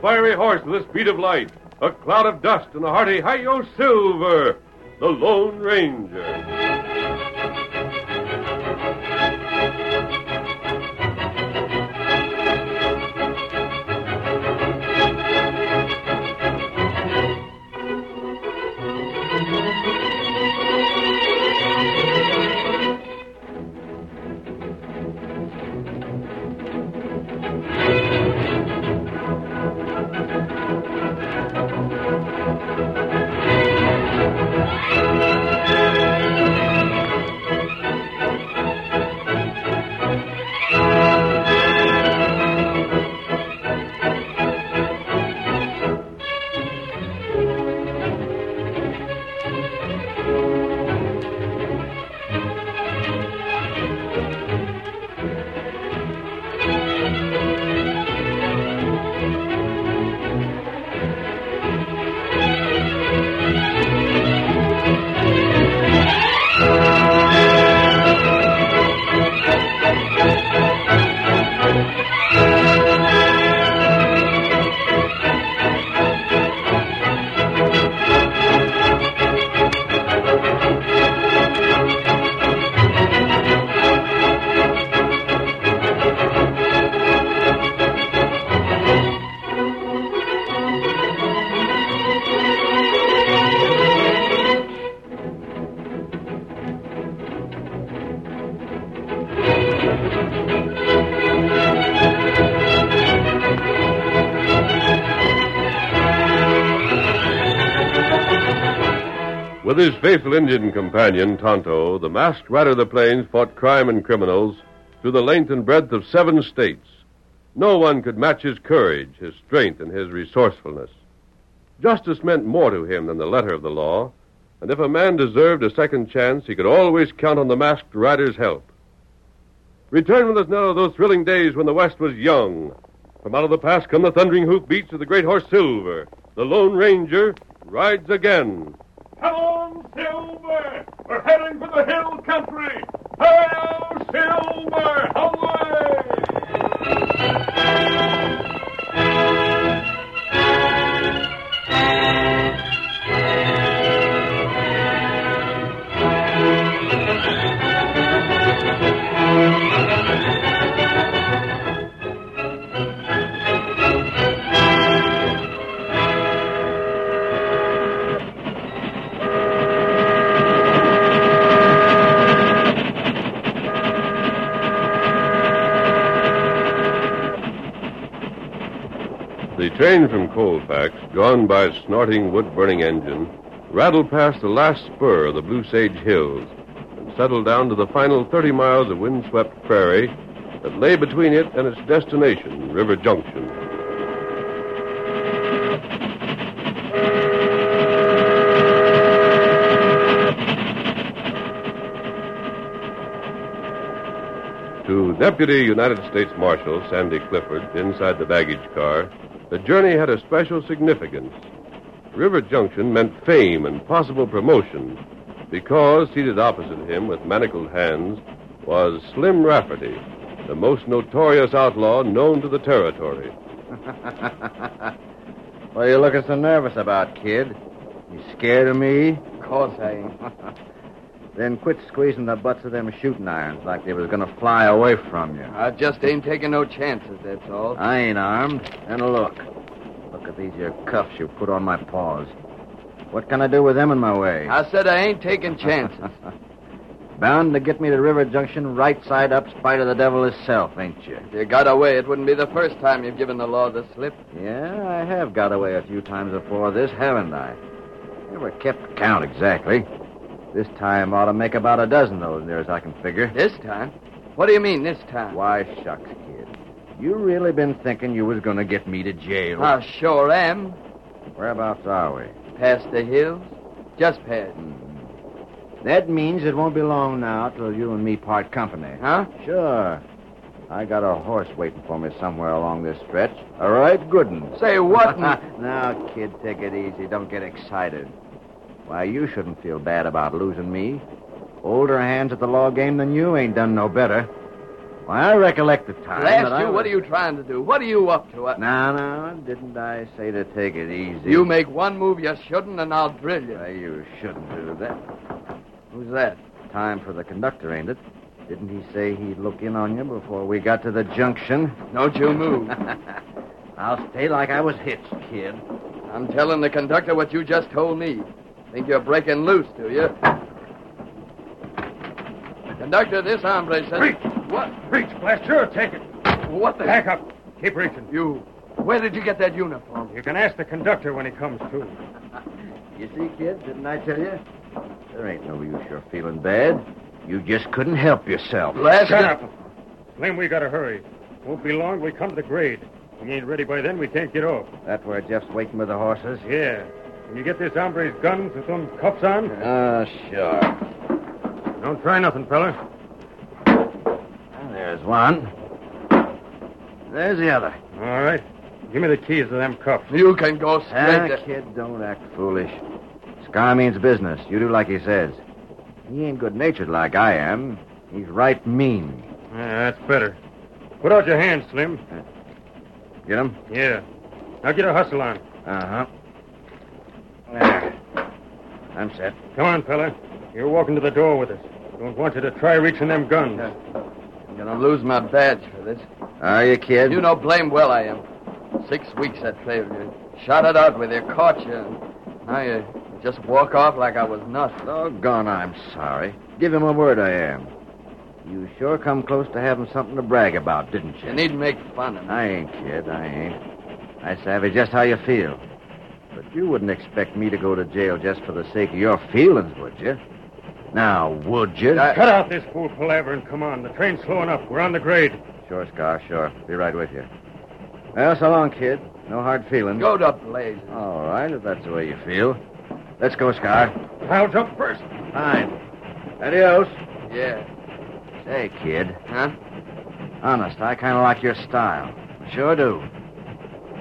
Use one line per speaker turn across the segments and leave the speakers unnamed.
fiery horse with the speed of light, a cloud of dust, and a hearty hi-yo silver, the Lone Ranger. With his faithful Indian companion, Tonto, the masked rider of the plains fought crime and criminals through the length and breadth of seven states. No one could match his courage, his strength, and his resourcefulness. Justice meant more to him than the letter of the law, and if a man deserved a second chance, he could always count on the masked rider's help. Return with us now to those thrilling days when the West was young. From out of the past come the thundering hoofbeats of the great horse Silver. The Lone Ranger rides again. Come on, Silver! We're heading for the hill country! Hail, Silver! Away! The train from Colfax, drawn by a snorting wood burning engine, rattled past the last spur of the Blue Sage Hills and settled down to the final 30 miles of windswept prairie that lay between it and its destination, River Junction. To Deputy United States Marshal Sandy Clifford, inside the baggage car, the journey had a special significance. River Junction meant fame and possible promotion because seated opposite him with manacled hands was Slim Rafferty, the most notorious outlaw known to the territory.
What are you looking so nervous about, kid? You scared of me?
Of course I ain't.
Then quit squeezing the butts of them shooting irons like they was gonna fly away from you.
I just ain't taking no chances, that's all.
I ain't armed. And look. Look at these here cuffs you put on my paws. What can I do with them in my way?
I said I ain't taking chances.
Bound to get me to River Junction right side up, spite of the devil himself, ain't you?
If you got away, it wouldn't be the first time you've given the law the slip.
Yeah, I have got away a few times before this, haven't I? Never kept count exactly. This time ought to make about a dozen, though, as near as I can figure.
This time? What do you mean, this time?
Why, shucks, kid. You really been thinking you was going to get me to jail.
I sure am.
Whereabouts are we? Hmm.
Past the hills. Just past.
That means it won't be long now till you and me part company.
Huh?
Sure. I got a horse waiting for me somewhere along this stretch. All right, good one.
Say what? in-
now, kid, take it easy. Don't get excited. Why, you shouldn't feel bad about losing me. Older hands at the law game than you ain't done no better. Why, I recollect the time.
Blast
that I
you,
was-
what are you trying to do? What are you up to? I-
No, no, didn't I say to take it easy?
You make one move you shouldn't, and I'll drill you.
Why, you shouldn't do that. Who's that? Time for the conductor, ain't it? Didn't he say he'd look in on you before we got to the junction?
Don't you move.
I'll stay like I was hitched, kid.
I'm telling the conductor what you just told me. Think you're breaking loose, do you? Conductor, this hombre says.
Reach!
What?
Reach, Blaster, take it.
What the
Back up. Keep reaching.
You. Where did you get that uniform?
You can ask the conductor when he comes to.
You see, kid, didn't I tell you? There ain't no use your feeling bad. You just couldn't help yourself.
Blast
Shut
it.
up. Slim, we gotta hurry. Won't be long. We come to grade. We ain't ready by then. We can't get off.
That where Jeff's waiting with the horses?
Yeah. When you get this hombre's guns with them cuffs on,
Ah, sure.
don't try nothing, fella.
There's one. There's the other.
All right. Give me the keys to them cuffs.
You can go straight
Ah,
to.
kid, don't act foolish. Scar means business. You do like he says. He ain't good natured like I am. He's right mean.
Yeah, that's better. Put out your hands, Slim.
Get him?
Yeah. Now get a hustle on.
Uh huh. There. I'm set.
Come on, fella. You're walking to the door with us. Don't want you to try reaching them guns.
I'm gonna lose my badge for this.
Are you, kid?
You know blame well I am. Six weeks I trailed you. Shot it out with you, caught you, and now you just walk off like I was nothing.
Doggone, I'm sorry. Give him a word I am. You sure come close to having something to brag about, didn't you?
You needn't make fun of me.
I ain't, kid. I ain't. I savvy just how you feel. But you wouldn't expect me to go to jail just for the sake of your feelings, would you? Now, would you?
Cut out this fool palaver and come on. The train's slowing up. We're on the grade.
Sure, Scar, sure. Be right with you. Well, so long, kid. No hard feelings.
Go to blazes.
All right, if that's the way you feel. Let's go, Scar.
I'll jump first.
Fine. Adios.
Yeah.
Say, kid,
Huh?
honest, I kind of like your style. Sure do.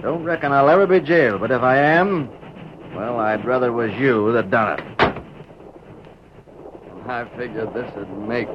Don't reckon I'll ever be jailed, but if I am, well, I'd rather it was you that done it.
I figured this would make.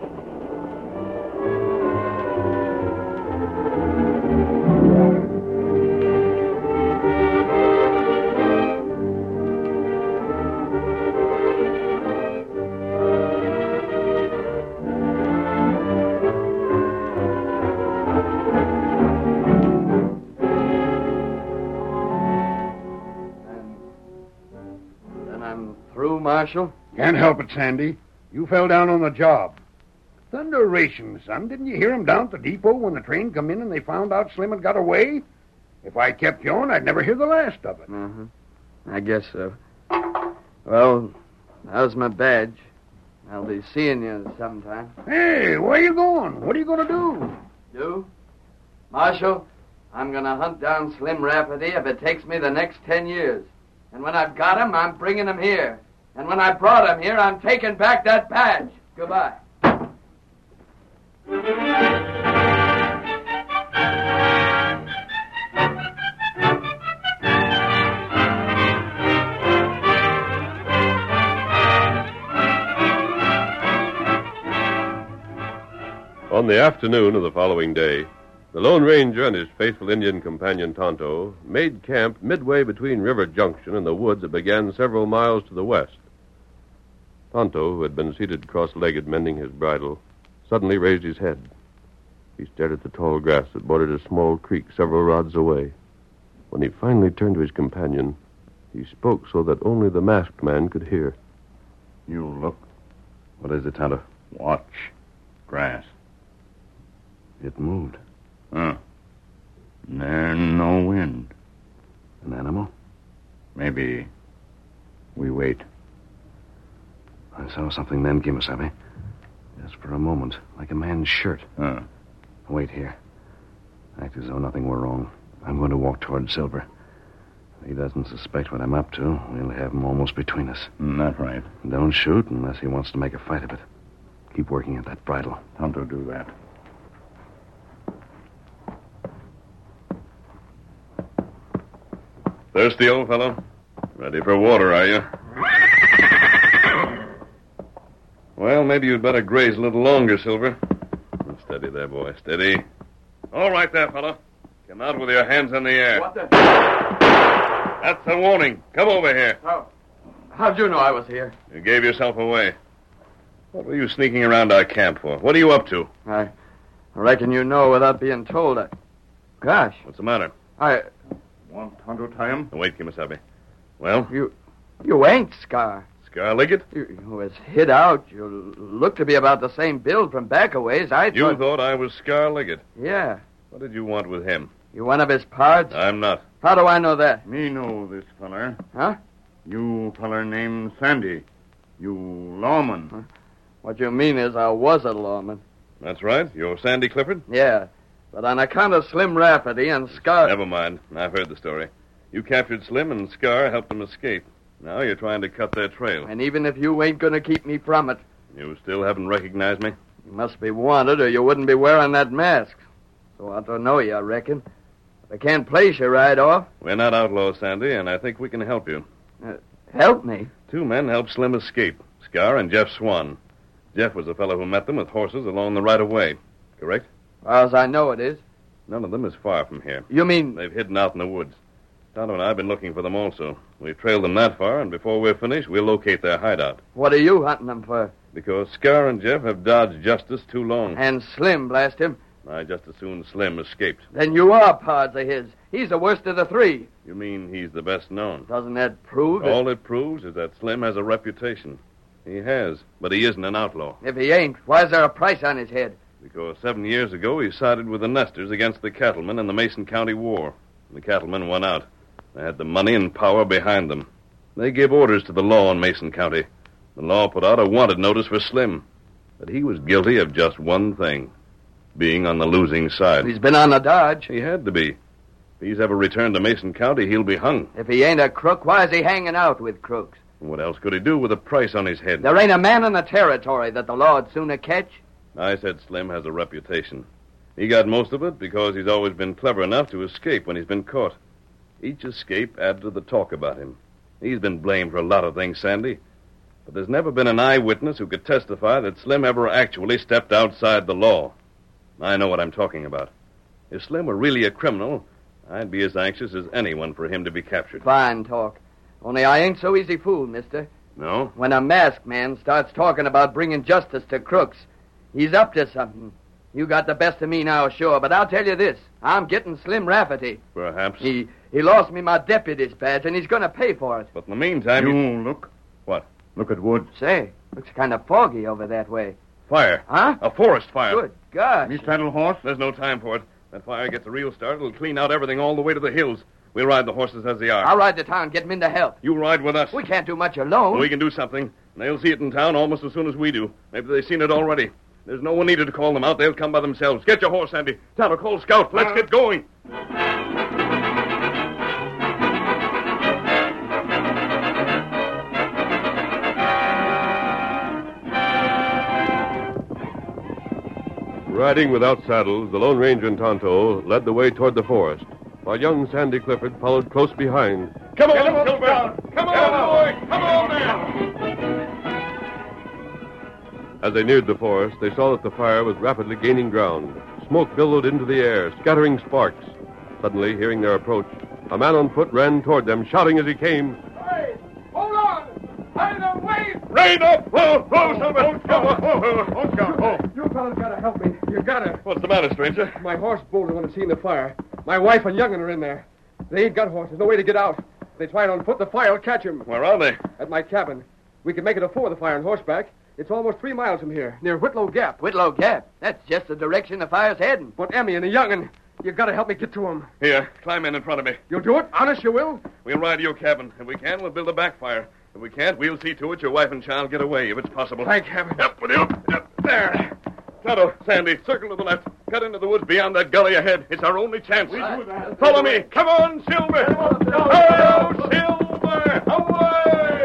And then I'm through, Marshal.
Can't help it, Sandy. You fell down on the job. Thunderation, son. Didn't you hear 'em down at the depot when the train come in and they found out Slim had got away? If I kept going, I'd never hear the last of it.
Mm.
Uh-huh. I guess so. Well, how's my badge? I'll be seeing you sometime.
Hey, where you going? What are you going to do?
Do? Marshal, I'm going to hunt down Slim Rafferty if it takes me the next ten years. And when I've got him, I'm bringing him here. And when I brought him here, I'm taking back that badge. Goodbye.
On the afternoon of the following day, the Lone Ranger and his faithful Indian companion Tonto made camp midway between River Junction and the woods that began several miles to the west. Tonto, who had been seated cross legged mending his bridle, suddenly raised his head. He stared at the tall grass that bordered a small creek several rods away. When he finally turned to his companion, he spoke so that only the masked man could hear.
You look. What is it, Tonto?
Watch. Grass.
It moved.
Huh. There no wind.
An animal?
Maybe we wait.
I saw something then, Kimasabe. Just for a moment, like a man's shirt.
Huh.
Wait here. Act as though nothing were wrong. I'm going to walk toward Silver. If he doesn't suspect what I'm up to, we'll have him almost between us.
Mm, Not right.
Don't shoot unless he wants to make a fight of it. Keep working at that bridle.
Tonto do that.
Thirsty, old fellow? Ready for water, are you? Well, maybe you'd better graze a little longer, Silver. It's
Steady there, boy. Steady. All right there, fella. Come out with your hands in the air.
What the?
That's a warning. Come over here.
How? How'd you know I was here?
You gave yourself away. What were you sneaking around our camp for? What are you up to?
I reckon you know without being told. I, gosh,
What's the matter?
I
One hundred time.
Wait, Kimasabi. Well,
you you ain't Scar.
Scar Liggett,
You, you was hid out. You look to be about the same build from back a ways. I
you
thought.
thought I was Scar Liggett.
Yeah,
What did you want with him?
you one of his pards.
I'm not.
How do I know that?
Me know this feller.
Huh?
You feller named Sandy. You lawman.
What you mean is I was a lawman.
That's right. You're Sandy Clifford?
Yeah, but on account of Slim Rafferty and Scar.
Never mind. I've heard the story. You captured Slim and Scar helped them escape. Now you're trying to cut their trail.
And even if you ain't going to keep me from it,
You still haven't recognized me?
you must be wanted or you wouldn't be wearing that mask. So I don't know you, I reckon. But I can't place you right off.
We're not outlaws, Sandy, and I think we can help you.
Help me.
Two men helped Slim escape Scar and Jeff Swan. Jeff was the fellow who met them with horses along the right of way. Correct?
Far as I know it is.
None of them is far from here.
You mean.
They've hidden out in the woods. Tonto and I have been looking for them also. We've trailed them that far, and before we're finished, we'll locate their hideout.
What are you hunting them for?
Because Scar and Jeff have dodged justice too long.
And Slim, blast him.
I just as soon Slim escaped.
Then you are pards of his. He's the worst of the three.
You mean he's the best known?
Doesn't that prove it?
All it proves is that Slim has a reputation. He has, but he isn't an outlaw.
If he ain't, why's there a price on his head?
Because seven years ago, he sided with the Nesters against the cattlemen in the Mason County War. The cattlemen won out. They had the money and power behind them. They gave orders to the law in Mason County. The law put out a wanted notice for Slim. But he was guilty of just one thing being on the losing side.
He's been on the dodge.
He had to be. If he's ever returned to Mason County, he'll be hung.
If he ain't a crook, why's he hanging out with crooks?
What else could he do with a price on his head?
There ain't a man in the territory that the law'd sooner catch.
I said Slim has a reputation. He got most of it because he's always been clever enough to escape when he's been caught. Each escape added to the talk about him. He's been blamed for a lot of things, Sandy. But there's never been an eyewitness who could testify that Slim ever actually stepped outside the law. I know what I'm talking about. If Slim were really a criminal, I'd be as anxious as anyone for him to be captured.
Fine talk. Only I ain't so easy fooled, mister.
No?
When a masked man starts talking about bringing justice to crooks, he's up to something. You got the best of me now, sure, but I'll tell you this. I'm getting Slim Rafferty.
Perhaps.
He, he lost me my deputy's badge, and he's going to pay for it.
But in the meantime, you...
you look.
What?
Look at Woods.
Say, looks kind of foggy over that way.
Fire.
Huh?
A forest fire.
Good gosh.
Me saddle horse.
There's no time for it. That fire gets a real start. It'll clean out everything all the way to the hills. We'll ride the horses as they are.
I'll ride to town, get him into help.
You ride with us.
We can't do much alone.
We can do something. They'll see it in town almost as soon as we do. Maybe they've seen it already. There's no one needed to call them out. They'll come by themselves. Get your horse, Andy. Tonto, call Scout. Let's get going. Riding without saddles, the Lone Ranger and Tonto led the way toward the forest, while young Sandy Clifford followed close behind. Come on, Silver! Come on, boy! Come on now! As they neared the forest, they saw that the fire was rapidly gaining ground. Smoke billowed into the air, scattering sparks. Suddenly, hearing their approach, a man on foot ran toward them, shouting as he came,
Hey, hold on! Hide away!
Rain up! Whoa, whoa, Silver!
You fellas gotta help me. You gotta.
What's the matter, stranger?
My horse bolted when it seen the fire. My wife and young'un are in there. They ain't got horses. No way to get out. If they try it on foot, the fire'll catch 'em.
Where are they?
At my cabin. We can make it afore the fire on horseback. It's almost three miles from here, near Whitlow Gap.
Whitlow Gap. That's just the direction the fire's heading.
But Emmy and the young'un, you gotta help me get to 'em.
Here, climb in in front of me.
You'll do it? Honest, you will?
We'll ride to your cabin. If we can, we'll build a backfire. If we can't, we'll see to it your wife and child get away, if it's possible.
Thank heaven.
Up with you. Up there. Tonto, Sandy, circle to the left. Cut into the woods beyond that gully ahead. It's our only chance. Follow me. Come on, Silver. Oh, Silver. Away.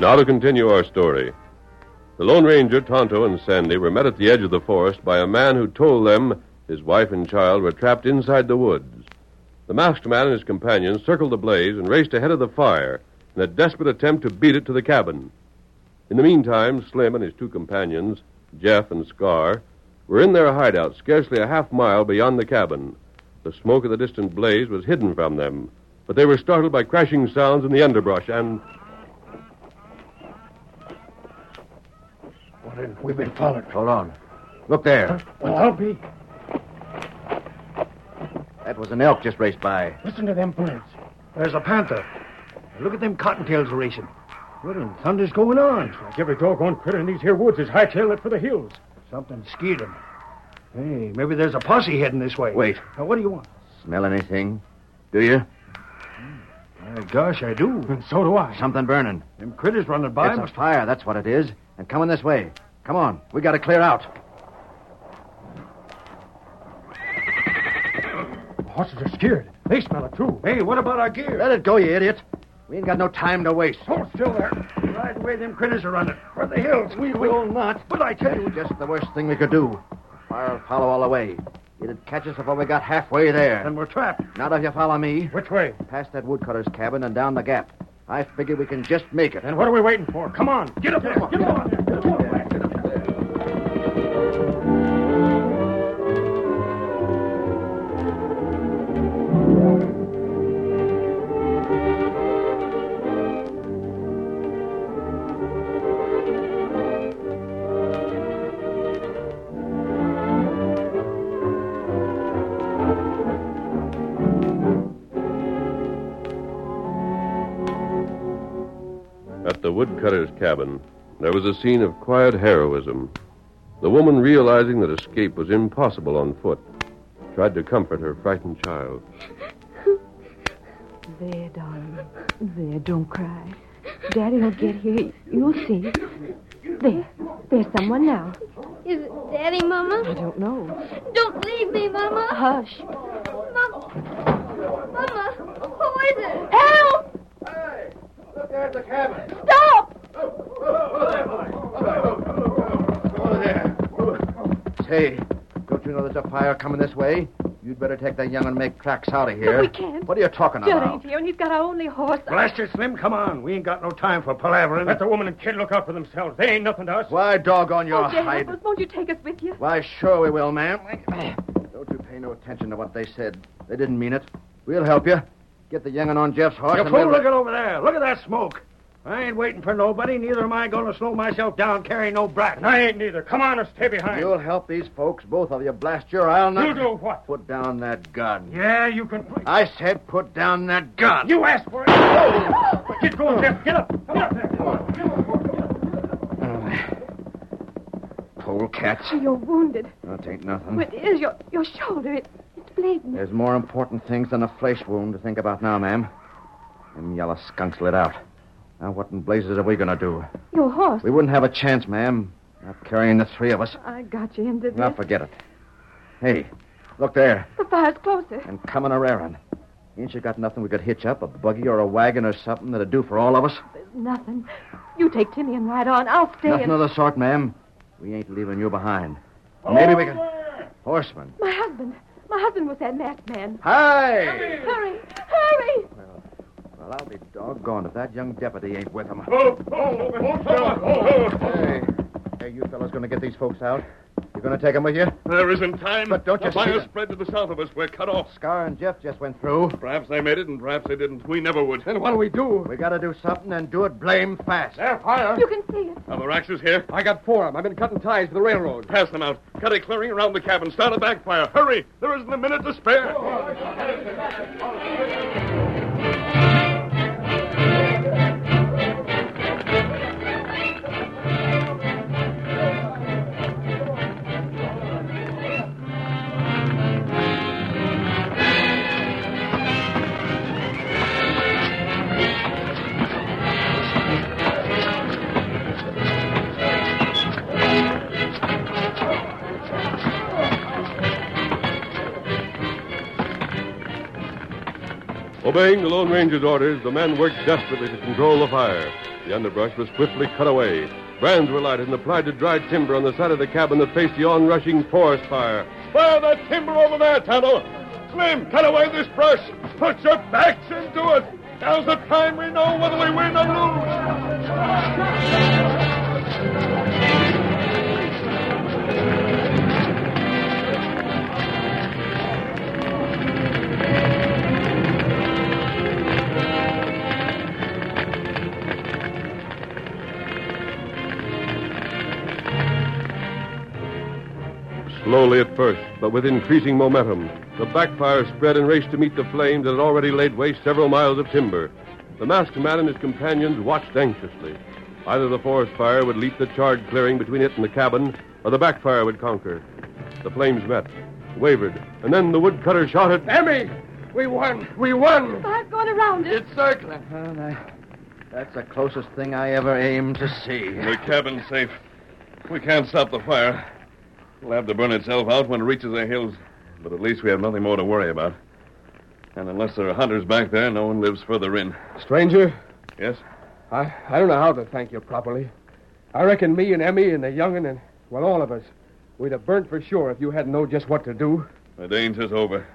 Now to continue our story. The Lone Ranger, Tonto, and Sandy were met at the edge of the forest by a man who told them his wife and child were trapped inside the woods. The masked man and his companions circled the blaze and raced ahead of the fire in a desperate attempt to beat it to the cabin. In the meantime, Slim and his two companions, Jeff and Scar, were in their hideout scarcely a half mile beyond the cabin. The smoke of the distant blaze was hidden from them, but they were startled by crashing sounds in the underbrush and.
We've been followed.
Hold on. Look there.
Well, I'll be.
That was an elk just raced by.
Listen to them birds.
There's a panther. Look at them cottontails racing. What in thunder's going on?
Like every doggone critter in these here woods is hightailed it for the hills.
Something skeered them. Hey, maybe there's a posse heading this way.
Wait.
Now, what do you want?
Smell anything? Do you?
My Uh, gosh, I do.
And so do I.
Something burning.
Them critters running by.
it's
must-
a fire, that's what it is. And coming this way. Come on, we gotta clear out.
The horses are scared. They smell it, too.
Hey, what about our gear?
Let it go, you idiot. We ain't got no time to waste.
Hold still there. Right away, them critters are running. For the hills. We will not. But I tell you,
Just the worst thing we could do. Fire'll follow all the way. It'd catch us before we got halfway there.
Um,
and we're trapped.
Not if you follow me.
Which way?
Past that woodcutter's cabin and down the gap. I figure we can just make it.
Um,
Then what are we waiting for? Come on. Get up there. Get up there.
At the woodcutter's cabin, there was a scene of quiet heroism. The woman, realizing that escape was impossible on foot, tried to comfort her frightened child.
There, darling. There, don't cry. Daddy will get here. You'll see. There. There's someone now.
Is it Daddy,
I
Mama?
don't know.
Don't leave me, Mama.
Hush.
Mama. Mama, who is it?
Help!
Look there at the cabin.
Stop!
Over there.
Say, don't you know there's a fire coming this way? You'd better take that young and make tracks out of here.
But we can't.
What are you talking
Judd
about?
ain't here, and he's got our only horse.
Blast it, Slim. Come on. We ain't got no time for palavering.
Let the woman and kid look out for themselves. They ain't nothing to us.
Why, doggone your
oh, Jay,
hide.
help us. Won't you take us with you?
Why, sure we will, ma'am. Don't you pay no attention to what they said. They didn't mean it. We'll help you. Get the young'un on Jeff's horse
You
and
fool,
we'll...
look at over there. Look at that smoke. I ain't waiting for nobody. Neither am I going to slow myself down carrying no brat.
And I ain't neither. Come on or stay behind.
You'll help these folks, both of you. Blast your I'll
You
not...
do what?
Put down that gun.
Yeah, you can. play.
I said put down that gun.
You asked for it. Get going, Jeff. Get up. Come up there. Come on. Get up.
Polecats.
You're wounded.
That ain't nothing.
What is your your shoulder? It, it's bleeding.
There's more important things than a flesh wound to think about now, ma'am. Them yellow skunks lit out. Now what in blazes are we going to do?
Your horse.
We wouldn't have a chance, ma'am. Not carrying the three of us.
I got you into this.
Now forget it. Hey, look there.
The fire's closer.
And coming a raring. Ain't you got nothing we could hitch up? A buggy or a wagon or something that'd do for all of us?
There's nothing. You take Timmy and ride on. I'll stay.
Nothing
and...
of the sort, ma'am. We ain't leaving you behind. Maybe we can. Horseman.
My husband. My husband was that masked man.
Hi!
Hurry! Hurry!
Well, I'll be doggone if that young deputy ain't with him.
Oh,
Hey, hey, you fellas gonna get these folks out? You gonna take them with you?
There isn't time.
But don't you
the fire
see-
spread to the south of us. We're cut off.
Scar and Jeff just went through.
Perhaps they made it, and perhaps they didn't. We never would.
Then what do we do?
We gotta do something and do it blame fast.
Their fire.
You can see it.
Are the Raxes here?
I got four of them. I've been cutting ties to the railroad.
Pass them out. Cut a clearing around the cabin. Start a backfire. Hurry! There isn't a minute to spare.
Obeying the Lone Ranger's orders, the men worked desperately to control the fire. The underbrush was swiftly cut away. Brands were lighted and applied to dry timber on the side of the cabin that faced the onrushing forest fire.
Fire that timber over there, Tonto. Slim, cut away this brush. Put your backs into it. Now's the time we know whether we win or lose.
Slowly at first, but with increasing momentum, the backfire spread and raced to meet the flames that had already laid waste several miles of timber. The masked man and his companions watched anxiously. Either the forest fire would leap the charred clearing between it and the cabin, or the backfire would conquer. The flames met, wavered, and then the woodcutter shouted,
Emmy! We won! We won!
I've gone around it.
It's circling.
That's the closest thing I ever aimed to see.
The cabin's safe. We can't stop the fire. It'll have to burn itself out when it reaches the hills. But at least we have nothing more to worry about. And unless there are hunters back there, no one lives further in.
Stranger,
Yes?
I, I don't know how to thank you properly. I reckon me and Emmy and the young'un and, well, all of us, we'd have burnt for sure if you hadn't known just what to do.
The danger's over.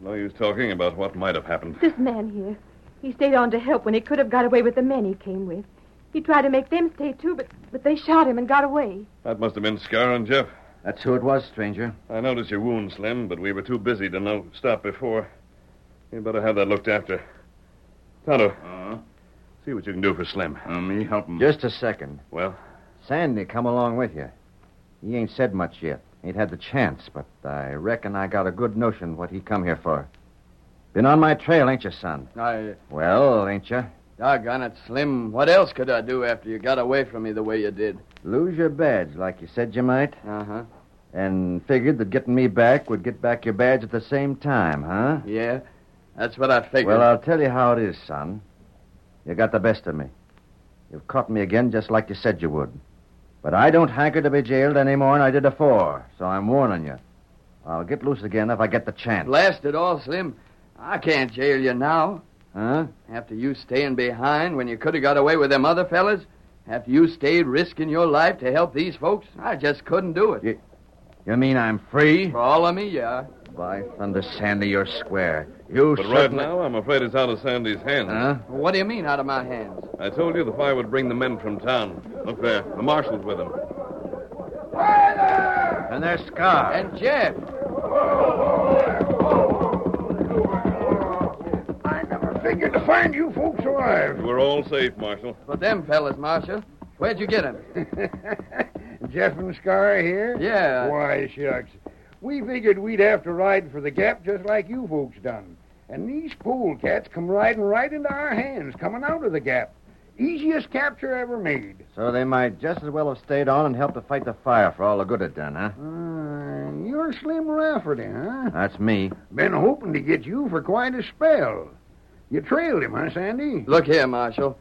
No use talking about what might have happened.
This man here, he stayed on to help when he could have got away with the men he came with. He tried to make them stay too, but, but they shot him and got away.
That must have been Scar and Jeff.
That's who it was, stranger.
I noticed your wound, Slim, but we were too busy to know, stop before. You'd better have that looked after. Tonto. See what you can do for Slim. Uh-huh. Uh, me? Help him.
Just a second.
Well?
Sandy, come along with you. He ain't said much yet. Ain't had the chance, but I reckon I got a good notion what he come here for. Been on my trail, ain't you, son?
I.
Well, ain't you?
Doggone it, Slim. What else could I do after you got away from me the way you did?
Lose your badge like you said you might,
Uh huh.
and figured that getting me back would get back your badge at the same time, huh?
Yeah, that's what I figured.
Well, I'll tell you how it is, son. You got the best of me. You've caught me again just like you said you would. But I don't hanker to be jailed any more than I did afore, so I'm warning you. I'll get loose again if I get the chance.
Blast it all, Slim. I can't jail you now.
Huh?
After you staying behind when you could have got away with them other fellas, after you stayed risking your life to help these folks, I just couldn't do it.
You mean I'm free?
For all of me, yeah.
By thunder, Sandy, you're square. You
But right
certainly...
now, I'm afraid it's out of Sandy's hands.
Huh?
What do you mean out of my hands?
I told you the fire would bring the men from town. Look there, the marshal's with them.
And there's Scar.
And Jeff.
Figured to find you folks alive.
We're all safe, Marshal.
But them fellas, Marshal, where'd you get 'em?
Jeff and Scar here?
Yeah.
Why, shucks. We figured we'd have to ride for the gap just like you folks done. And these polecats come riding right into our hands, coming out of the gap. Easiest capture ever made.
So they might just as well have stayed on and helped to fight the fire for all the good it done, huh?
Uh, you're Slim Rafferty, huh?
That's me.
Been hoping to get you for quite a spell. You trailed him, huh, Sandy?
Look here, Marshal.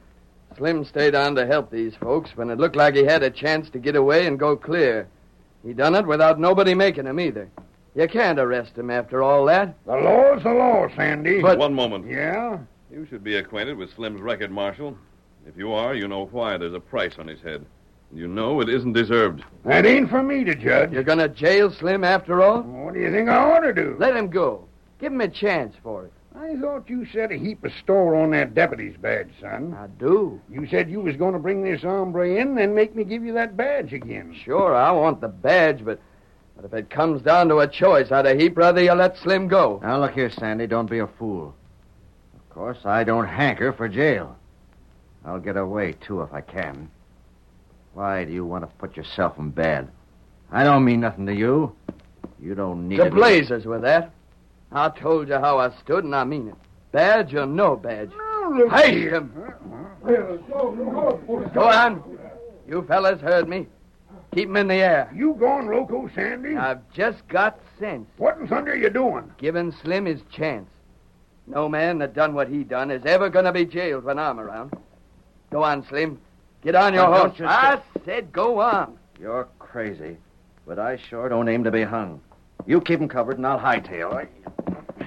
Slim stayed on to help these folks when it looked like he had a chance to get away and go clear. He done it without nobody making him either. You can't arrest him after all that.
The law's the law, Sandy. But
One moment.
yeah,
You should be acquainted with Slim's record, Marshal. If you are, you know why there's a price on his head. You know it isn't deserved.
that ain't for me to judge.
You're gonna jail Slim after all?
What do you think I ought to do?
Let him go. Give him a chance for it.
I thought you set a heap of store on that deputy's badge, son.
I do.
You said you was going to bring this hombre in, then make me give you that badge again.
Sure, I want the badge, but but if it comes down to a choice, I'd a heap rather you let Slim go.
Now, look here, Sandy, don't be a fool. Of course, I don't hanker for jail. I'll get away, too, if I can. Why do you want to put yourself in bad? I don't mean nothing to you. You don't need
The
it.
blazers with that. I told you how I stood, and I mean it. Badge or no badge.
Oh, look
Hey,
here.
him. Go on. You fellas heard me. Keep him in the air.
You gone loco, Sandy?
Uh.
I've just got sense.
What in thunder are you doing?
Giving Slim his chance. No man that done what he done is ever going to be jailed when I'm around. Go on, Slim. Get on your
Now, don't
horse.
you
I said go on.
You're crazy, but I sure don't aim to be hung. You keep 'em covered, and I'll hightail.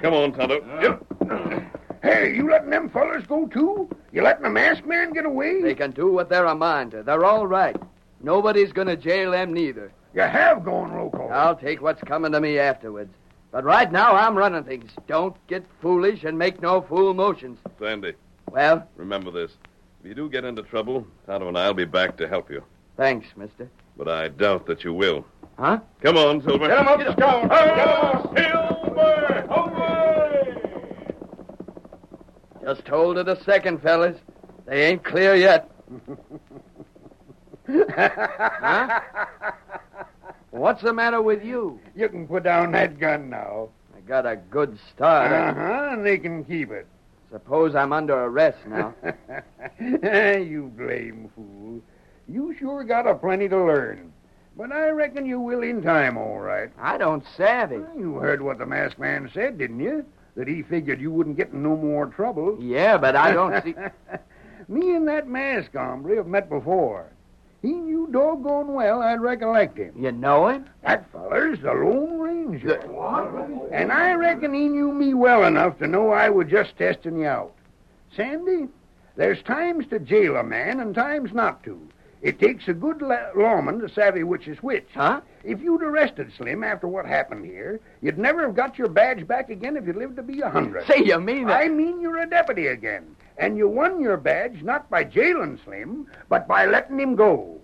Come on, Tonto.
Hey, you letting them fellers go too? You letting a masked man get away?
They can do what they're a mind to. They're all right. Nobody's going to jail them neither.
You have gone local.
I'll take what's coming to me afterwards. But right now, I'm running things. Don't get foolish and make no fool motions.
Sandy.
Well?
Remember this. If you do get into trouble, Tonto and I'll be back to help you.
Thanks, mister.
But I doubt that you will.
Huh?
Come on, Silver.
Get him up, Scout.
Oh!
Just hold it a second, fellas. They ain't clear yet. huh? What's the matter with you?
You can put down that gun now.
I got a good start.
Uh huh, and they can keep it.
Suppose I'm under arrest
Uh-huh.
now.
you blame fool. You sure got a plenty to learn. But I reckon you will in time, all right.
I don't savvy.
You heard what the masked man said, didn't you? That he figured you wouldn't get in no more trouble.
Yeah, but I don't see.
Me and that masked hombre have met before. He knew doggone well I'd recollect him.
You know him?
That feller's the Lone Ranger. And I reckon he knew me well enough to know I was just testing you out. Sandy, there's times to jail a man and times not to. It takes a good la- lawman to savvy which is which.
Huh?
If you'd arrested Slim after what happened here, you'd never have got your badge back again if you lived to be a hundred.
Say, you mean that?
I mean you're a deputy again. And you won your badge not by jailing Slim, but by letting him go.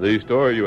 The story you